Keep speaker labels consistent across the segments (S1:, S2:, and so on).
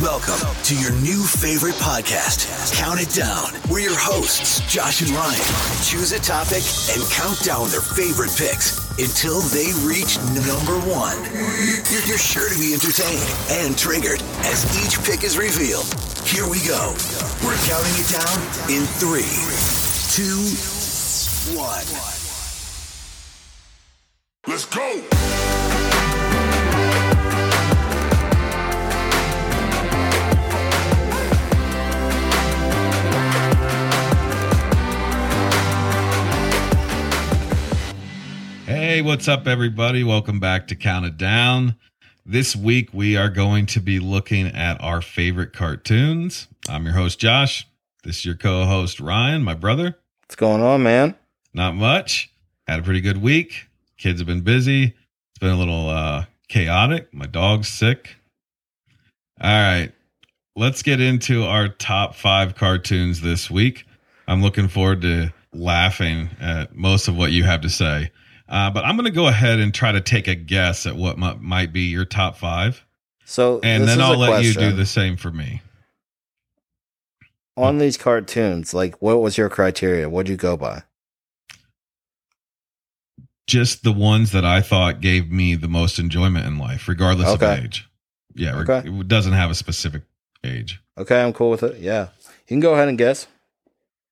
S1: Welcome to your new favorite podcast, Count It Down. We're your hosts, Josh and Ryan. Choose a topic and count down their favorite picks until they reach number one. You're, you're sure to be entertained and triggered as each pick is revealed. Here we go. We're counting it down in three, two, one.
S2: Let's go.
S3: Hey, what's up, everybody? Welcome back to Count It Down. This week, we are going to be looking at our favorite cartoons. I'm your host, Josh. This is your co host, Ryan, my brother.
S4: What's going on, man?
S3: Not much. Had a pretty good week. Kids have been busy. It's been a little uh, chaotic. My dog's sick. All right. Let's get into our top five cartoons this week. I'm looking forward to laughing at most of what you have to say. Uh, but I'm going to go ahead and try to take a guess at what mi- might be your top five.
S4: So,
S3: And
S4: this
S3: then
S4: is
S3: I'll
S4: a
S3: let you do
S4: question.
S3: the same for me.
S4: on these cartoons. Like, what was your criteria? What'd you go by?
S3: Just the ones that I thought gave me the most enjoyment in life, regardless of
S4: Okay.
S3: age. Yeah, re-
S4: Okay.
S3: it doesn't have a specific age.
S4: Okay, I'm cool with it. Yeah, you can go ahead and guess.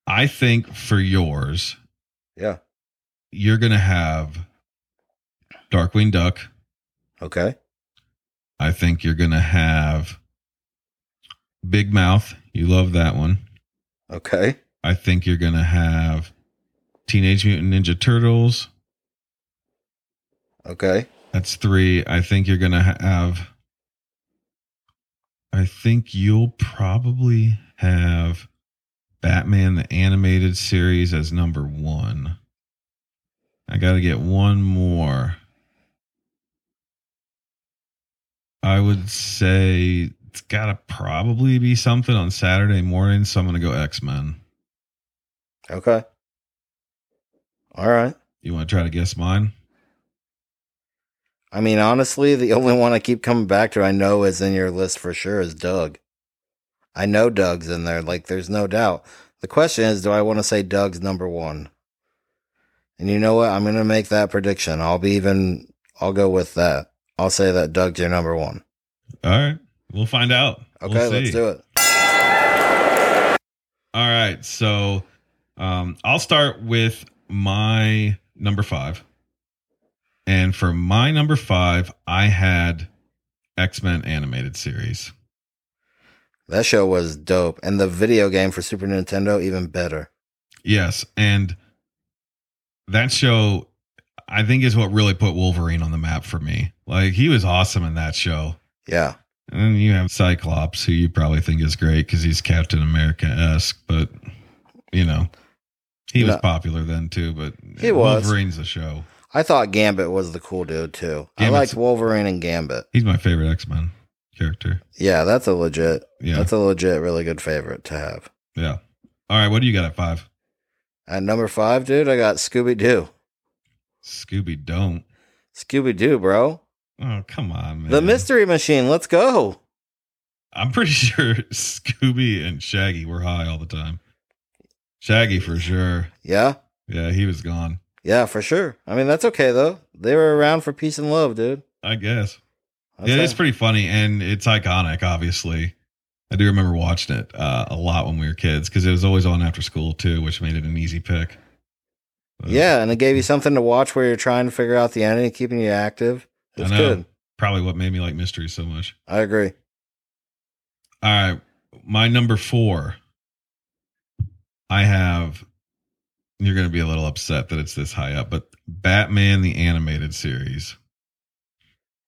S3: I think for yours,
S4: Yeah.
S3: you're going to have Darkwing Duck.
S4: Okay.
S3: I think you're going to have Big Mouth. You love that one.
S4: Okay.
S3: I think you're going to have Teenage Mutant Ninja Turtles.
S4: Okay.
S3: That's three. I think you're going to have. I think you'll probably have Batman the animated series as number one. I got to get one more. I would say it's got to probably be something on Saturday morning. So I'm going to go X Men.
S4: Okay. All right.
S3: You want to try to guess mine?
S4: I mean, honestly, the only one I keep coming back to I know is in your list for sure is Doug. I know Doug's in there. Like, there's no doubt. The question is, do I want to say Doug's number one? And you know what? I'm going to make that prediction. I'll be even, I'll go with that. I'll say that Doug's your number one.
S3: All right. We'll find out.
S4: Okay,
S3: We'll
S4: let's
S3: see.
S4: do it.
S3: All right. So um, I'll start with my number five. And for my number five, I had X Men animated series.
S4: That show was dope. And the video game for Super Nintendo, even better.
S3: Yes. And that show, I think, is what really put Wolverine on the map for me. Like, he was awesome in that show.
S4: Yeah.
S3: And then you have Cyclops, who you probably think is great because he's Captain America esque, but you know, he was
S4: No.
S3: popular then too. But
S4: He was.
S3: Wolverine's the show.
S4: I thought Gambit was the cool dude, too. I
S3: Gambit's-
S4: liked Wolverine and Gambit.
S3: He's my favorite X Men character.
S4: Yeah, that's a legit,
S3: Yeah,
S4: that's a legit, really good favorite to have.
S3: yeah. All right, what do you got at five?
S4: At number five, dude, I got Scooby Doo.
S3: Scooby don't.
S4: Scooby Doo, bro.
S3: Oh come on, man.
S4: The Mystery Machine. Let's go.
S3: I'm pretty sure Scooby and Shaggy were high all the time. Shaggy for sure.
S4: Yeah,
S3: Yeah, he was gone.
S4: yeah, for sure. I mean, that's okay though. They were around for peace and love, dude.
S3: I guess.
S4: That's
S3: Yeah, it's
S4: it.
S3: pretty funny and it's iconic, obviously. I do remember watching it uh, a lot when we were kids because it was always on after school too, which made it an easy pick. Uh,
S4: Yeah, and it gave you something to watch where you're trying to figure out the enemy, keeping you active.
S3: I
S4: It's
S3: know.
S4: good.
S3: probably what made me like mystery so much.
S4: I agree.
S3: All right, my number four. I have. You're going to be a little upset that it's this high up, but Batman the animated series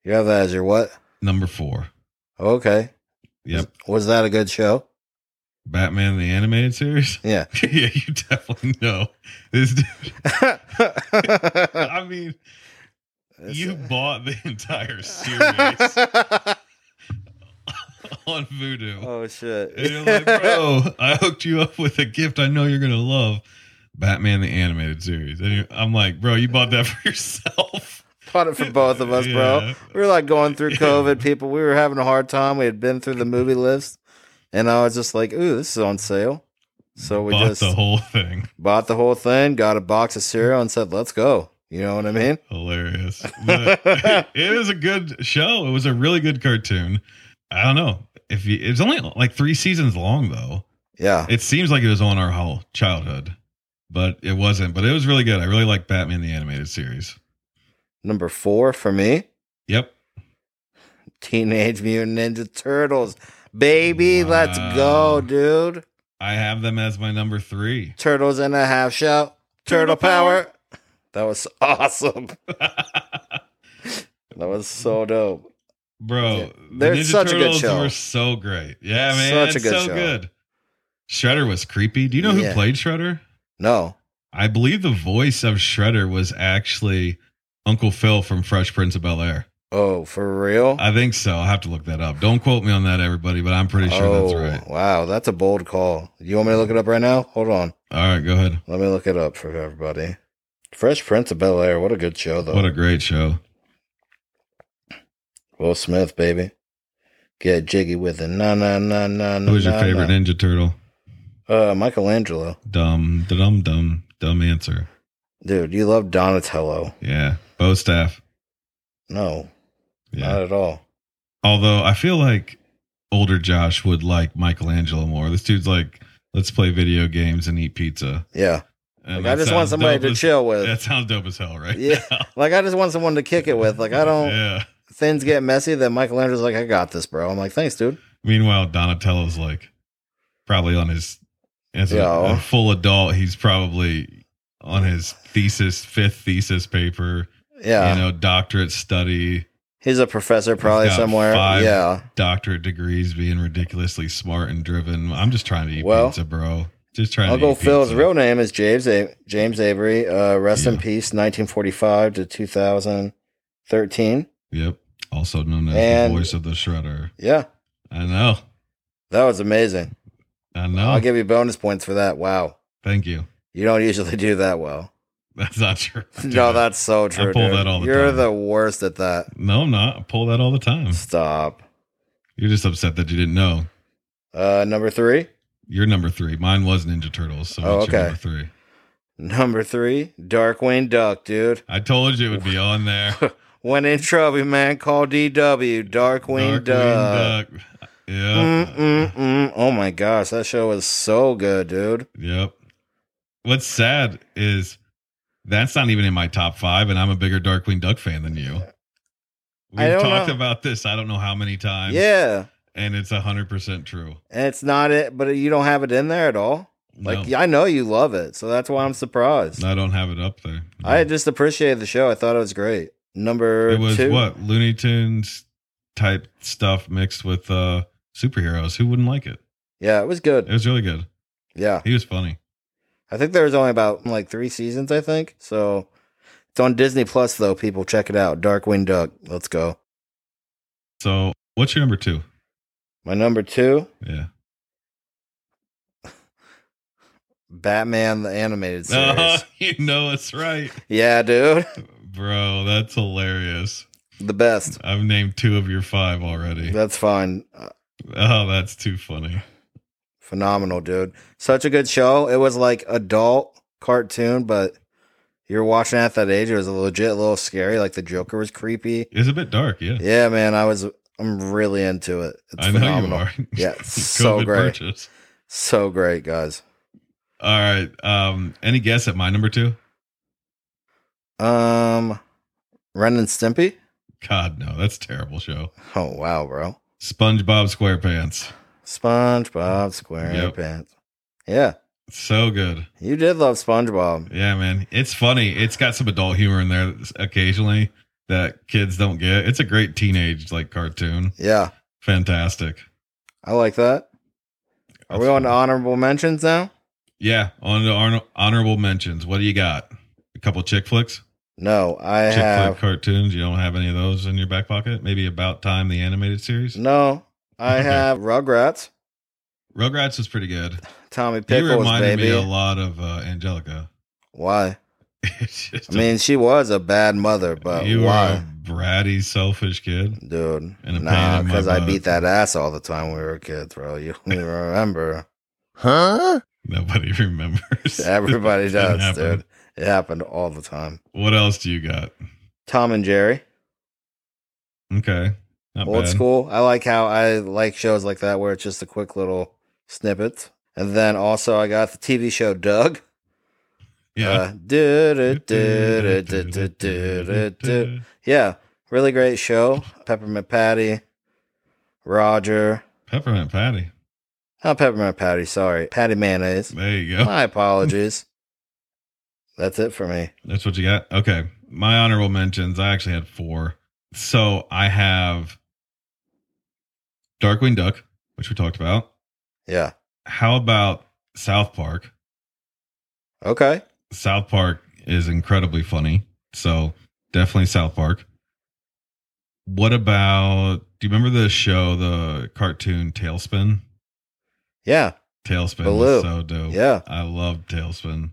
S4: You have that as your what?
S3: number four.
S4: Okay.
S3: Yep,
S4: Was that a good show?
S3: Batman the animated series.
S4: Yeah.
S3: yeah, you definitely know this. dude- I mean, You bought the entire series on Voodoo.
S4: oh shit.
S3: And you're like, bro, I hooked you up with a gift I know you're going to love Batman the Animated Series. And you- I'm like, bro, you bought that for yourself.
S4: Fought it for both of us, bro.
S3: Yeah.
S4: We were like going through
S3: Yeah.
S4: COVID, people. We were having a hard time. We had been through the movie list, and I was just like, "Ooh, this is on sale." So we
S3: Bought
S4: just
S3: the whole thing.
S4: bought the whole thing, got a box of cereal, and said, "Let's go." You know what I mean?
S3: Hilarious. But it was a good show. It was a really good cartoon. I don't know if you, it's only like three seasons long though.
S4: Yeah,
S3: It seems like it was on our whole childhood, but it wasn't. But it was really good. I really like Batman the animated series.
S4: number four for me.
S3: Yep.
S4: Teenage Mutant Ninja Turtles. Baby, let's
S3: Wow.
S4: go, dude.
S3: I have them as my number three.
S4: Turtles in a half shell.
S3: Turtle
S4: Turtle, power.
S3: power.
S4: That was awesome. That was so dope.
S3: Bro,
S4: They're such a good show.
S3: Were so great. Yeah, man. Such
S4: Such a good
S3: so
S4: show.
S3: good. Shredder was creepy. Do you know who
S4: Yeah.
S3: played Shredder?
S4: No.
S3: I believe the voice of Shredder was actually Uncle Phil from Fresh Prince of Bel Air.
S4: Oh, for real?
S3: I think so. I'll have to look that up. Don't quote me on that, everybody, but I'm pretty sure
S4: oh,
S3: that's right.
S4: Wow, that's a bold call. You want me to look it up right now? Hold on.
S3: All right, go ahead.
S4: Let me look it up for everybody. Fresh Prince of Bel Air. What a good show, though.
S3: What a great show.
S4: Will Smith, baby. Get jiggy with it. Na na na na na.
S3: Who was your
S4: na,
S3: favorite
S4: na.
S3: Ninja Turtle?
S4: Uh, Michelangelo.
S3: Dumb, dumb, dumb, dumb answer.
S4: Dude, you love Donatello.
S3: Yeah. Bo Staff.
S4: No,
S3: Yeah.
S4: not at all.
S3: Although I feel like older Josh would like Michelangelo more. This dude's like, let's play video games and eat pizza.
S4: Yeah.
S3: And
S4: like, I
S3: that
S4: just want
S3: sounds
S4: somebody
S3: dope
S4: to
S3: as-
S4: chill with.
S3: That sounds dope as hell, right?
S4: Yeah.
S3: now.
S4: Like, I just want someone to kick it with. Like, I don't.
S3: Yeah.
S4: Things get messy. Then Michelangelo's like, I got this, bro. I'm like, thanks, dude.
S3: Meanwhile, Donatello's like probably on his as a-
S4: Yeah.
S3: a, full adult. He's probably on his thesis, fifth thesis paper.
S4: Yeah.
S3: You know, doctorate study,
S4: He's a professor, probably
S3: got
S4: somewhere.
S3: five
S4: Yeah.
S3: doctorate degrees, being ridiculously smart and driven. I'm just trying to eat
S4: Well,
S3: pizza, bro. Just trying. to
S4: Uncle
S3: eat
S4: Phil's
S3: pizza.
S4: real name is James A- James Avery. Uh, rest in
S3: Yeah.
S4: peace. 1945 to 2013.
S3: Yep. Also known as
S4: And-
S3: the voice of the shredder.
S4: Yeah,
S3: I know.
S4: that was amazing.
S3: I know.
S4: I'll give you bonus points for that. Wow,
S3: Thank you.
S4: you don't usually do that well.
S3: That's not true.
S4: no, that's so true.
S3: pull
S4: dude.
S3: that all the
S4: You're
S3: time. Hmm.
S4: the worst at that.
S3: No, I'm not. I pull that all the time.
S4: Stop.
S3: You're just upset that you didn't know.
S4: Uh, number three.
S3: You're number three. Mine was Ninja Turtles. So
S4: Oh,
S3: oh,
S4: okay.
S3: your number three.
S4: Number three. Darkwing Duck, dude.
S3: I told you it would be on there.
S4: When in trouble, man, call DW. Darkwing,
S3: Darkwing
S4: Duck.
S3: Duck.
S4: Mm,
S3: Yeah.
S4: mm, mm. Oh my gosh, that show was so good, dude.
S3: Yep. What's sad is that's not even in my top five, and I'm a bigger Darkwing Duck fan than you.
S4: I
S3: We've
S4: don't
S3: talked
S4: know.
S3: about this I don't know how many times.
S4: yeah,
S3: And it's 100% true.
S4: and it's not it, but you don't have it in there at all. Like
S3: No. Mm.
S4: yeah, I know you love it, so that's why I'm surprised.
S3: I don't have it up there.
S4: I just appreciated the show. I thought it was great. Number
S3: it was
S4: two,
S3: what Looney Tunes type stuff mixed with uh superheroes. Who wouldn't like it?
S4: yeah, it was
S3: It
S4: good.
S3: was really good.
S4: Yeah,
S3: He was funny.
S4: I think there was only about like three seasons. I think so. It's on Disney Plus though. People check it out. Darkwing Duck. Let's go.
S3: So, what's your number two?
S4: My number two,
S3: Yeah.
S4: Batman the animated series.
S3: Oh, you know it's right,
S4: Yeah, dude,
S3: bro. That's hilarious.
S4: the best.
S3: I've named two of your five already.
S4: That's fine. Uh,
S3: Oh, that's too funny.
S4: phenomenal, dude. Such a good show. It was like adult cartoon, but you're watching at that age. It was a legit little scary. Like the Joker was creepy.
S3: It's a bit dark, yeah.
S4: Yeah, man. I was. I'm really into it. It's
S3: I know
S4: phenomenal.
S3: you are.
S4: Yeah, it's so
S3: COVID
S4: great.
S3: purchase.
S4: So great, guys.
S3: All right. Um, any guess at my number two?
S4: Um, Ren and Stimpy.
S3: God, no, that's a terrible show.
S4: Oh wow, bro.
S3: SpongeBob SquarePants.
S4: SpongeBob SquarePants. Yeah,
S3: So good.
S4: you did love SpongeBob.
S3: Yeah, man. It's funny. It's got some adult humor in there occasionally that kids don't get. It's a great teenage like cartoon.
S4: Yeah,
S3: Fantastic.
S4: I like that. Are
S3: That's
S4: we on
S3: funny.
S4: to honorable mentions now?
S3: Yeah, on to honor- honorable mentions. What do you got? A couple chick flicks,
S4: No, I
S3: chick
S4: have
S3: flick cartoons. You don't have any of those in your back pocket? Maybe about time the animated series.
S4: No, I
S3: Okay.
S4: have Rugrats.
S3: Rugrats was pretty good.
S4: Tommy
S3: You
S4: Pickles,
S3: reminded
S4: baby.
S3: me a lot of uh, Angelica.
S4: Why?
S3: It's just
S4: I mean, she was a bad mother, but
S3: you were a
S4: why,
S3: bratty, selfish kid.
S4: dude?
S3: and a pain
S4: Nah,
S3: in my
S4: because I
S3: butt.
S4: beat that ass all the time when we were kids, bro. You don't even remember.
S2: Huh?
S3: Nobody remembers.
S4: Everybody
S3: It
S4: does,
S3: happened.
S4: dude. It happened all the time.
S3: What else do you got?
S4: Tom and Jerry,
S3: Okay. Not
S4: old
S3: bad.
S4: school. I like how I like shows like that where it's just a quick little snippet. And then also, I got the TV show Doug.
S3: Yeah.
S4: Uh, do-do-do-do-do-do-do-do. Yeah, really great show. Peppermint Patty, Roger.
S3: Peppermint patty.
S4: Not Peppermint Patty, sorry. Patty Mayonnaise.
S3: There you go.
S4: My apologies. That's it for me.
S3: That's what you got. Okay. My honorable mentions. I actually had four. So I have Darkwing Duck, which we talked about.
S4: Yeah.
S3: How about South Park?
S4: Okay.
S3: South Park is incredibly funny. So definitely South Park. What about do you remember the show, the cartoon Tailspin?
S4: Yeah.
S3: Tailspin
S4: Baloo.
S3: was so dope.
S4: Yeah.
S3: I love Tailspin.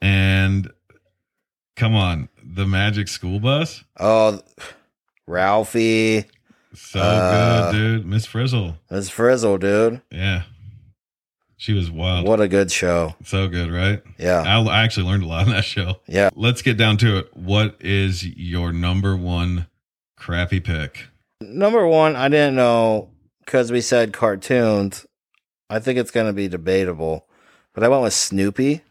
S3: And come on, the Magic School Bus.
S4: Oh, Ralphie.
S3: So
S4: Uh,
S3: good, dude. Miss Frizzle.
S4: Miss Frizzle, dude.
S3: Yeah. She was wild.
S4: What Uh. a good show.
S3: So good, right?
S4: Yeah.
S3: I, I actually learned a lot on that show.
S4: Yeah.
S3: Let's get down to it. What is your number one crappy pick?
S4: Number one, I didn't know because we said cartoons. I think it's going to be debatable, but I went with Snoopy.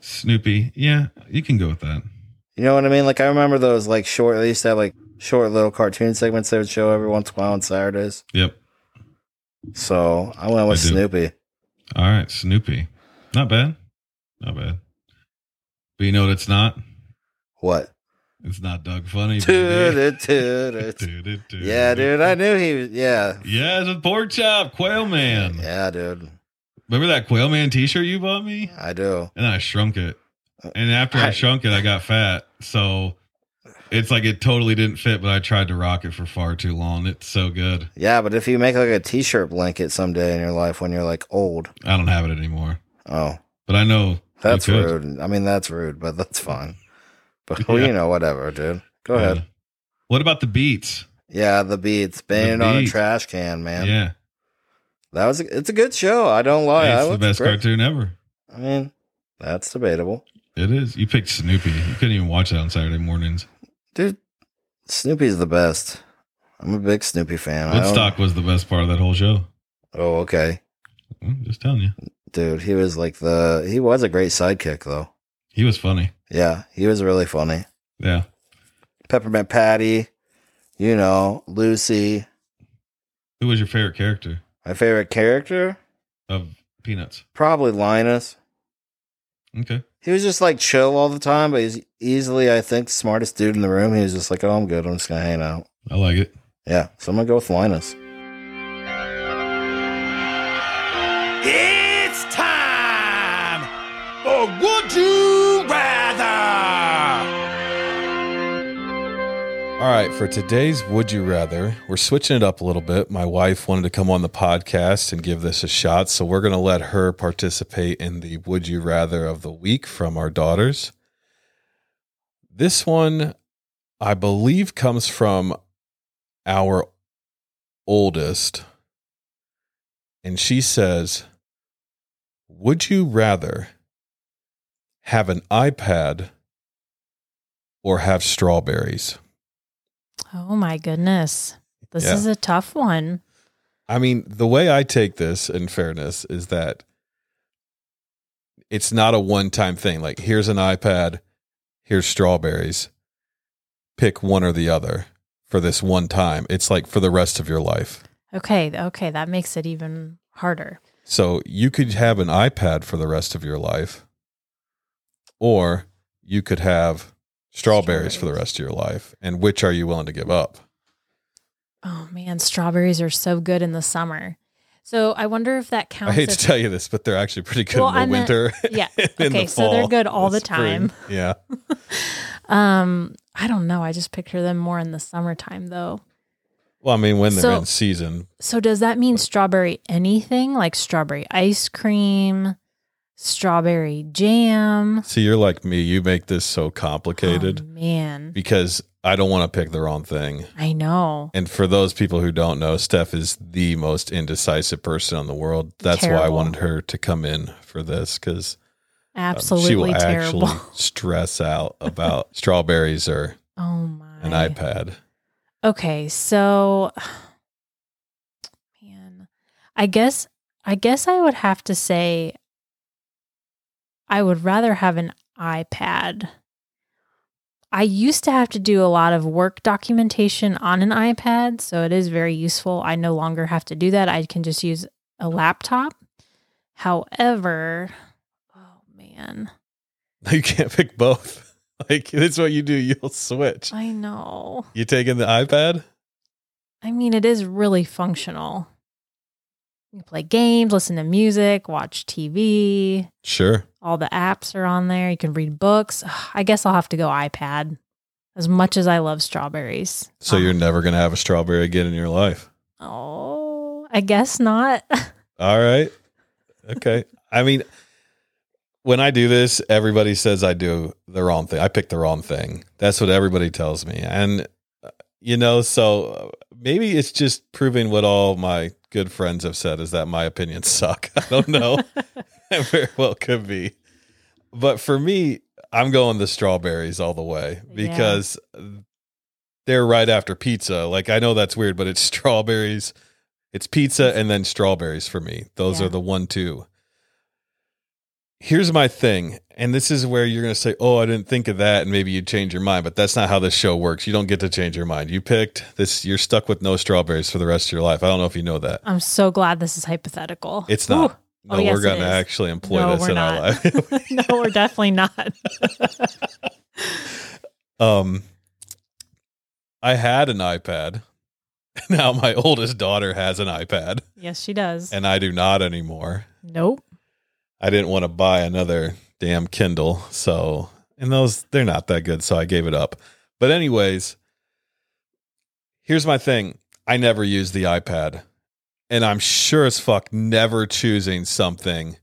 S3: Snoopy. Yeah, you can go with that.
S4: You know what I mean? Like I remember those like short. They used to have like short little cartoon segments they would show every once in a while on Saturdays.
S3: Yep.
S4: So I went with
S3: I do.
S4: Snoopy.
S3: All right, Snoopy. Not bad. Not bad. But you know what it's not?
S4: What?
S3: It's not Doug Funny. baby.
S4: Toot it, toot it.
S3: Toot it, toot
S4: yeah,
S3: it.
S4: dude. I knew he was. Yeah.
S3: Yeah, it's a pork chop, Quail Man.
S4: Yeah, dude.
S3: Remember that Quail Man T-shirt you bought me?
S4: I do.
S3: And I shrunk it. And after I,
S4: Uh, I-
S3: shrunk it, I got fat. So it's like it totally didn't fit, but I tried to rock it for far too long. It's so good.
S4: Yeah, but if you make like a T-shirt blanket someday in your life when you're like old,
S3: I don't have it anymore,
S4: oh,
S3: but I know you
S4: that's
S3: could.
S4: rude. I mean, that's rude, but that's fine. But well,
S3: Yeah.
S4: you know, whatever, dude. Go
S3: Yeah.
S4: ahead.
S3: What about the beats?
S4: Yeah, the beats banging on a
S3: Beats.
S4: trash can, man.
S3: yeah,
S4: That was. A, it's a good show. I don't lie. I
S3: it's the
S4: was
S3: best
S4: great.
S3: cartoon ever.
S4: I mean, that's debatable.
S3: It is. You picked Snoopy. You couldn't even watch that on Saturday mornings.
S4: Dude, Snoopy's the best. I'm a big Snoopy fan. I don't-
S3: Woodstock was the best part of that whole show.
S4: Oh, okay.
S3: I'm just telling you,
S4: Dude, he was like the he was a great sidekick though.
S3: he was funny.
S4: Yeah, he was really funny.
S3: Yeah,
S4: Peppermint Patty, you know, Lucy.
S3: who was your favorite character
S4: My favorite character?
S3: of Peanuts?
S4: Probably Linus.
S3: Okay.
S4: He was just like chill all the time, but he's easily, I think, the smartest dude in the room. He was just like, Oh, I'm good, I'm just gonna hang out.
S3: I like it.
S4: Yeah, so I'm gonna go with Linus.
S2: It's time for Would You Rather?
S5: All right, for today's Would You Rather, we're switching it up a little bit. My wife wanted to come on the podcast and give this a shot, so we're going to let her participate in the Would You Rather of the week from our daughters. This one, I believe, comes from our oldest, and she says, Would you rather have an iPad or have strawberries?
S6: Oh my goodness. This
S5: Yeah.
S6: is a tough one.
S5: I mean, the way I take this, in fairness, is that it's not a one time thing. Like, here's an iPad, here's strawberries. Pick one or the other for this one time. It's like for the rest of your life.
S6: Okay, okay, that makes it even harder.
S5: So you could have an iPad for the rest of your life, or you could have strawberries for the rest of your life. And which are you willing to give up?
S6: Oh man, strawberries are so good in the summer. So I wonder if that
S5: I
S6: counts.
S5: hate to
S6: if-
S5: tell you this, but they're actually pretty good
S6: Well, I
S5: in the
S6: meant-
S5: winter.
S6: yeah.
S5: and in the
S6: Okay, so they're
S5: fall,
S6: good all the
S5: spring.
S6: time.
S5: Yeah.
S6: Um, I don't know. I just picture them more in the summertime though.
S5: Well, I mean, when they're
S6: So-
S5: in season,
S6: So does that mean strawberry anything like strawberry ice cream, strawberry jam.
S3: See, you're like me. You make this so complicated
S6: Oh, man,
S3: because I don't want to pick the wrong thing.
S6: I know.
S3: And for those people who don't know, Steph is the most indecisive person in the world. That's why I
S6: Terrible.
S3: wanted her to come in for this because she
S6: Absolutely
S3: will
S6: terrible.
S3: actually stress out about strawberries or
S6: oh my.
S3: an iPad.
S6: Okay, so man, I guess I guess I would have to say I would rather have an iPad. I used to have to do a lot of work documentation on an iPad, so it is very useful. I no longer have to do that. I can just use a laptop. However, oh man,
S3: You can't pick both. Like that's what you do. You'll switch.
S6: I know.
S3: You taking the iPad?
S6: I mean, it is really functional. You can play games, listen to music, watch TV.
S3: Sure.
S6: All the apps are on there. You can read books. Ugh, I guess I'll have to go iPad as much as I love strawberries.
S3: So you're
S6: Um,
S3: never gonna have a strawberry again in your life.
S6: Oh, I guess not.
S3: All right. Okay. I mean, when I do this, everybody says I do the wrong thing. I pick the wrong thing. That's what everybody tells me. And, uh, you know, so uh, maybe it's just proving what all my good friends have said is that my opinions suck. I don't know. it very well could be. But for me, I'm going the strawberries all the way
S6: Yeah.
S3: because they're right after pizza. Like, I know that's weird, but it's strawberries. It's pizza and then strawberries for me. Those
S6: Yeah.
S3: are the one two. Here's my thing, and this is where you're going to say, "Oh, I didn't think of that," and maybe you change your mind. But that's not how this show works. You don't get to change your mind. You picked this. You're stuck with no strawberries for the rest of your life. I don't know if you know that.
S6: I'm so glad this is hypothetical.
S3: It's not.
S6: Ooh,
S3: No,
S6: oh, yes,
S3: we're
S6: it
S3: going to
S6: is.
S3: actually employ
S6: no,
S3: this
S6: we're
S3: in
S6: not.
S3: our life.
S6: no, we're definitely not.
S3: um, I had an iPad. Now my oldest daughter has an iPad,
S6: yes, she does.
S3: and I do not anymore.
S6: nope.
S3: I didn't want to buy another damn Kindle. So, and those, they're not that good. So I gave it up. But, anyways, here's my thing I never use the iPad. And I'm sure as fuck never choosing something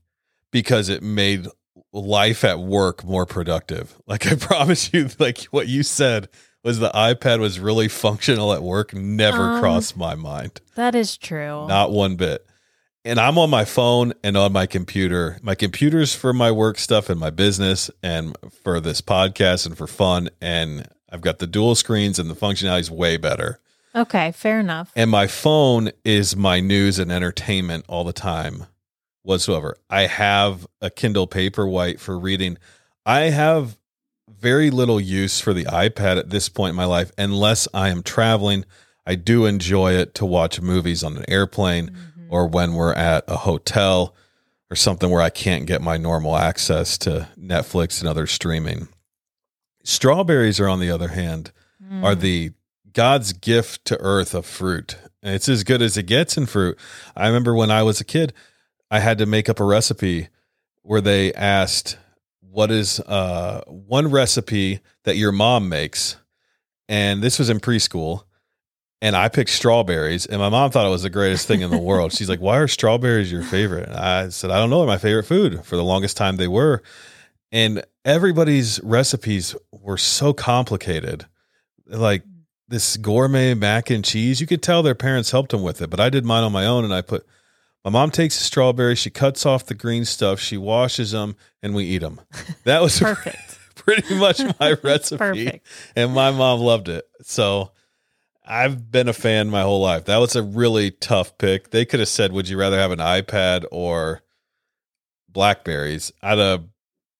S3: because it made life at work more productive. Like, I promise you, like what you said was the iPad was really functional at work, never
S6: Um,
S3: crossed my mind.
S6: That is true.
S3: Not one bit. And I'm on my phone and on my computer. My computer's for my work stuff and my business and for this podcast and for fun. And I've got the dual screens and the functionality's way better.
S6: okay, fair enough.
S3: And my phone is my news and entertainment all the time whatsoever. I have a Kindle Paperwhite for reading. I have very little use for the iPad at this point in my life unless I am traveling. I do enjoy it to watch movies on an airplane
S6: Mhm.
S3: or when we're at a hotel or something where I can't get my normal access to Netflix and other streaming. Strawberries are on the other hand are
S6: Mm.
S3: the God's gift to earth of fruit. And it's as good as it gets in fruit. I remember when I was a kid, I had to make up a recipe where they asked, What is uh, one recipe that your mom makes? And this was in preschool. And I picked strawberries, and my mom thought it was the greatest thing in the world. She's like, Why are strawberries your favorite? And I said, I don't know. They're my favorite food for the longest time they were. And everybody's recipes were so complicated like this gourmet mac and cheese. You could tell their parents helped them with it, but I did mine on my own and I put my mom takes the strawberries, she cuts off the green stuff, she washes them, and we eat them. That was
S6: Mm, perfect.
S3: pretty much my recipe.
S6: Perfect.
S3: And my mom loved it. So I've been a fan my whole life. That was a really tough pick. They could have said, Would you rather have an iPad or Blackberries? I'd have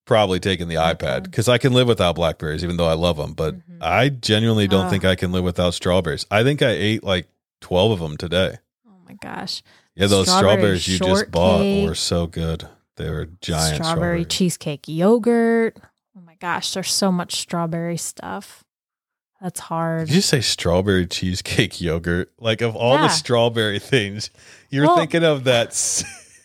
S3: probably taken the iPad because I can live without Blackberries, even though I love them. But
S6: Mhm.
S3: I genuinely don't
S6: Ah.
S3: think I can live without strawberries. I think I ate like 12 of them today.
S6: Oh my gosh.
S3: Yeah, those
S6: Strawberry
S3: strawberries you just bought
S6: shortcake.
S3: were so good. They were giant
S6: strawberry
S3: strawberries.
S6: cheesecake yogurt. Oh my gosh, there's so much strawberry stuff. That's hard.
S3: Did you say strawberry cheesecake yogurt? Like of all
S6: Yeah.
S3: the strawberry things, you're
S6: Well-
S3: thinking of that s-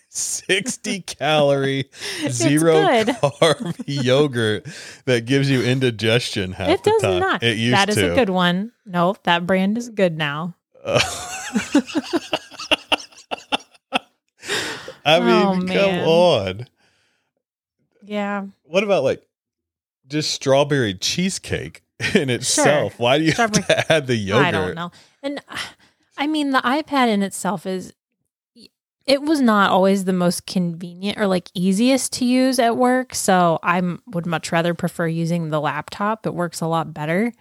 S3: 60 calorie,
S6: It's
S3: zero
S6: good.
S3: carb yogurt that gives you indigestion half
S6: it
S3: the
S6: does
S3: time.
S6: not.
S3: It used
S6: that is
S3: to.
S6: a good one. No, that brand is good now.
S3: I mean,
S6: Oh,
S3: come
S6: man.
S3: on.
S6: Yeah.
S3: What about like just strawberry cheesecake in itself? Why do you have
S6: Strawberry-
S3: to add the yogurt?
S6: I don't know. And uh, I mean, the iPad in itself is, it was not always the most convenient or like easiest to use at work. So I would much rather prefer using the laptop. It works a lot better.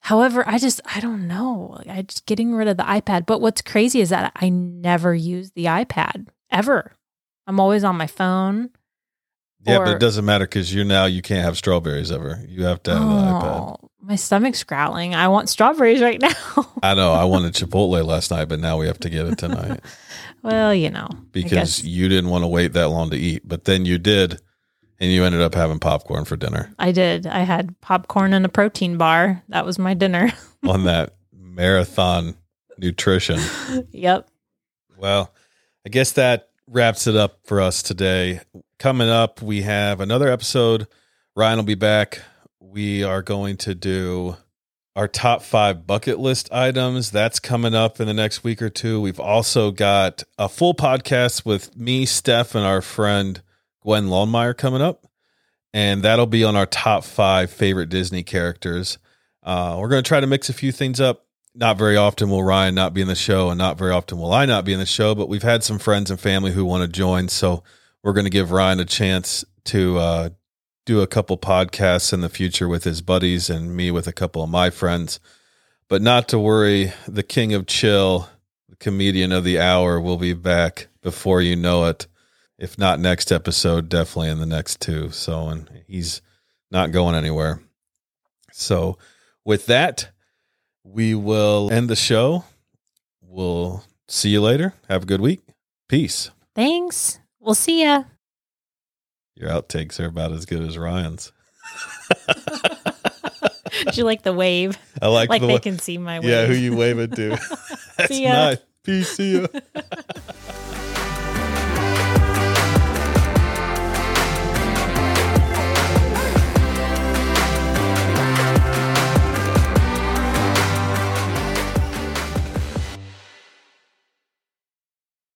S6: However, I just, I don't know. Like, I just getting rid of the iPad. But what's crazy is that I never use the iPad ever. I'm always on my phone.
S3: Yeah, but
S6: Or-
S3: it doesn't matter because you're now you can't have strawberries ever. You have to have an iPad.
S6: Oh, my stomach's growling. I want strawberries right now.
S3: I know. I wanted Chipotle last night, but now we have to get it tonight
S6: well, you know,
S3: because
S6: guess.
S3: you didn't want to wait that long to eat, but then you did, and you ended up having popcorn for dinner
S6: I did. I had popcorn and a protein bar. That was my dinner.
S3: on that marathon nutrition.
S6: yep.
S3: Well, I guess that wraps it up for us today. Coming up, we have another episode. Ryan will be back. We are going to do our top five bucket list items. That's coming up in the next week or two. We've also got a full podcast with me, Steph, and our friend Gwen Lonmeyer coming up. And that'll be on our top five favorite Disney characters. Uh, we're going to try to mix a few things up not very often will Ryan not be in the show, and not very often will I not be in the show. But we've had some friends and family who want to join, so we're going to give Ryan a chance to uh, do a couple podcasts in the future with his buddies and me with a couple of my friends. But not to worry, the king of chill, the comedian of the hour, will be back before you know it. If not next episode, definitely in the next two. So, and he's not going anywhere. So, with that, we will end the show. We'll see you later. Have a good week. Peace.
S6: Thanks. We'll see ya.
S3: Your outtakes are about as good as Ryan's.
S6: Did you like the wave?
S3: I like,
S6: Like
S3: the
S6: they
S3: way,
S6: can see my wave.
S3: yeah, who you waving to. That's
S6: See ya.
S3: nice. Peace. See you.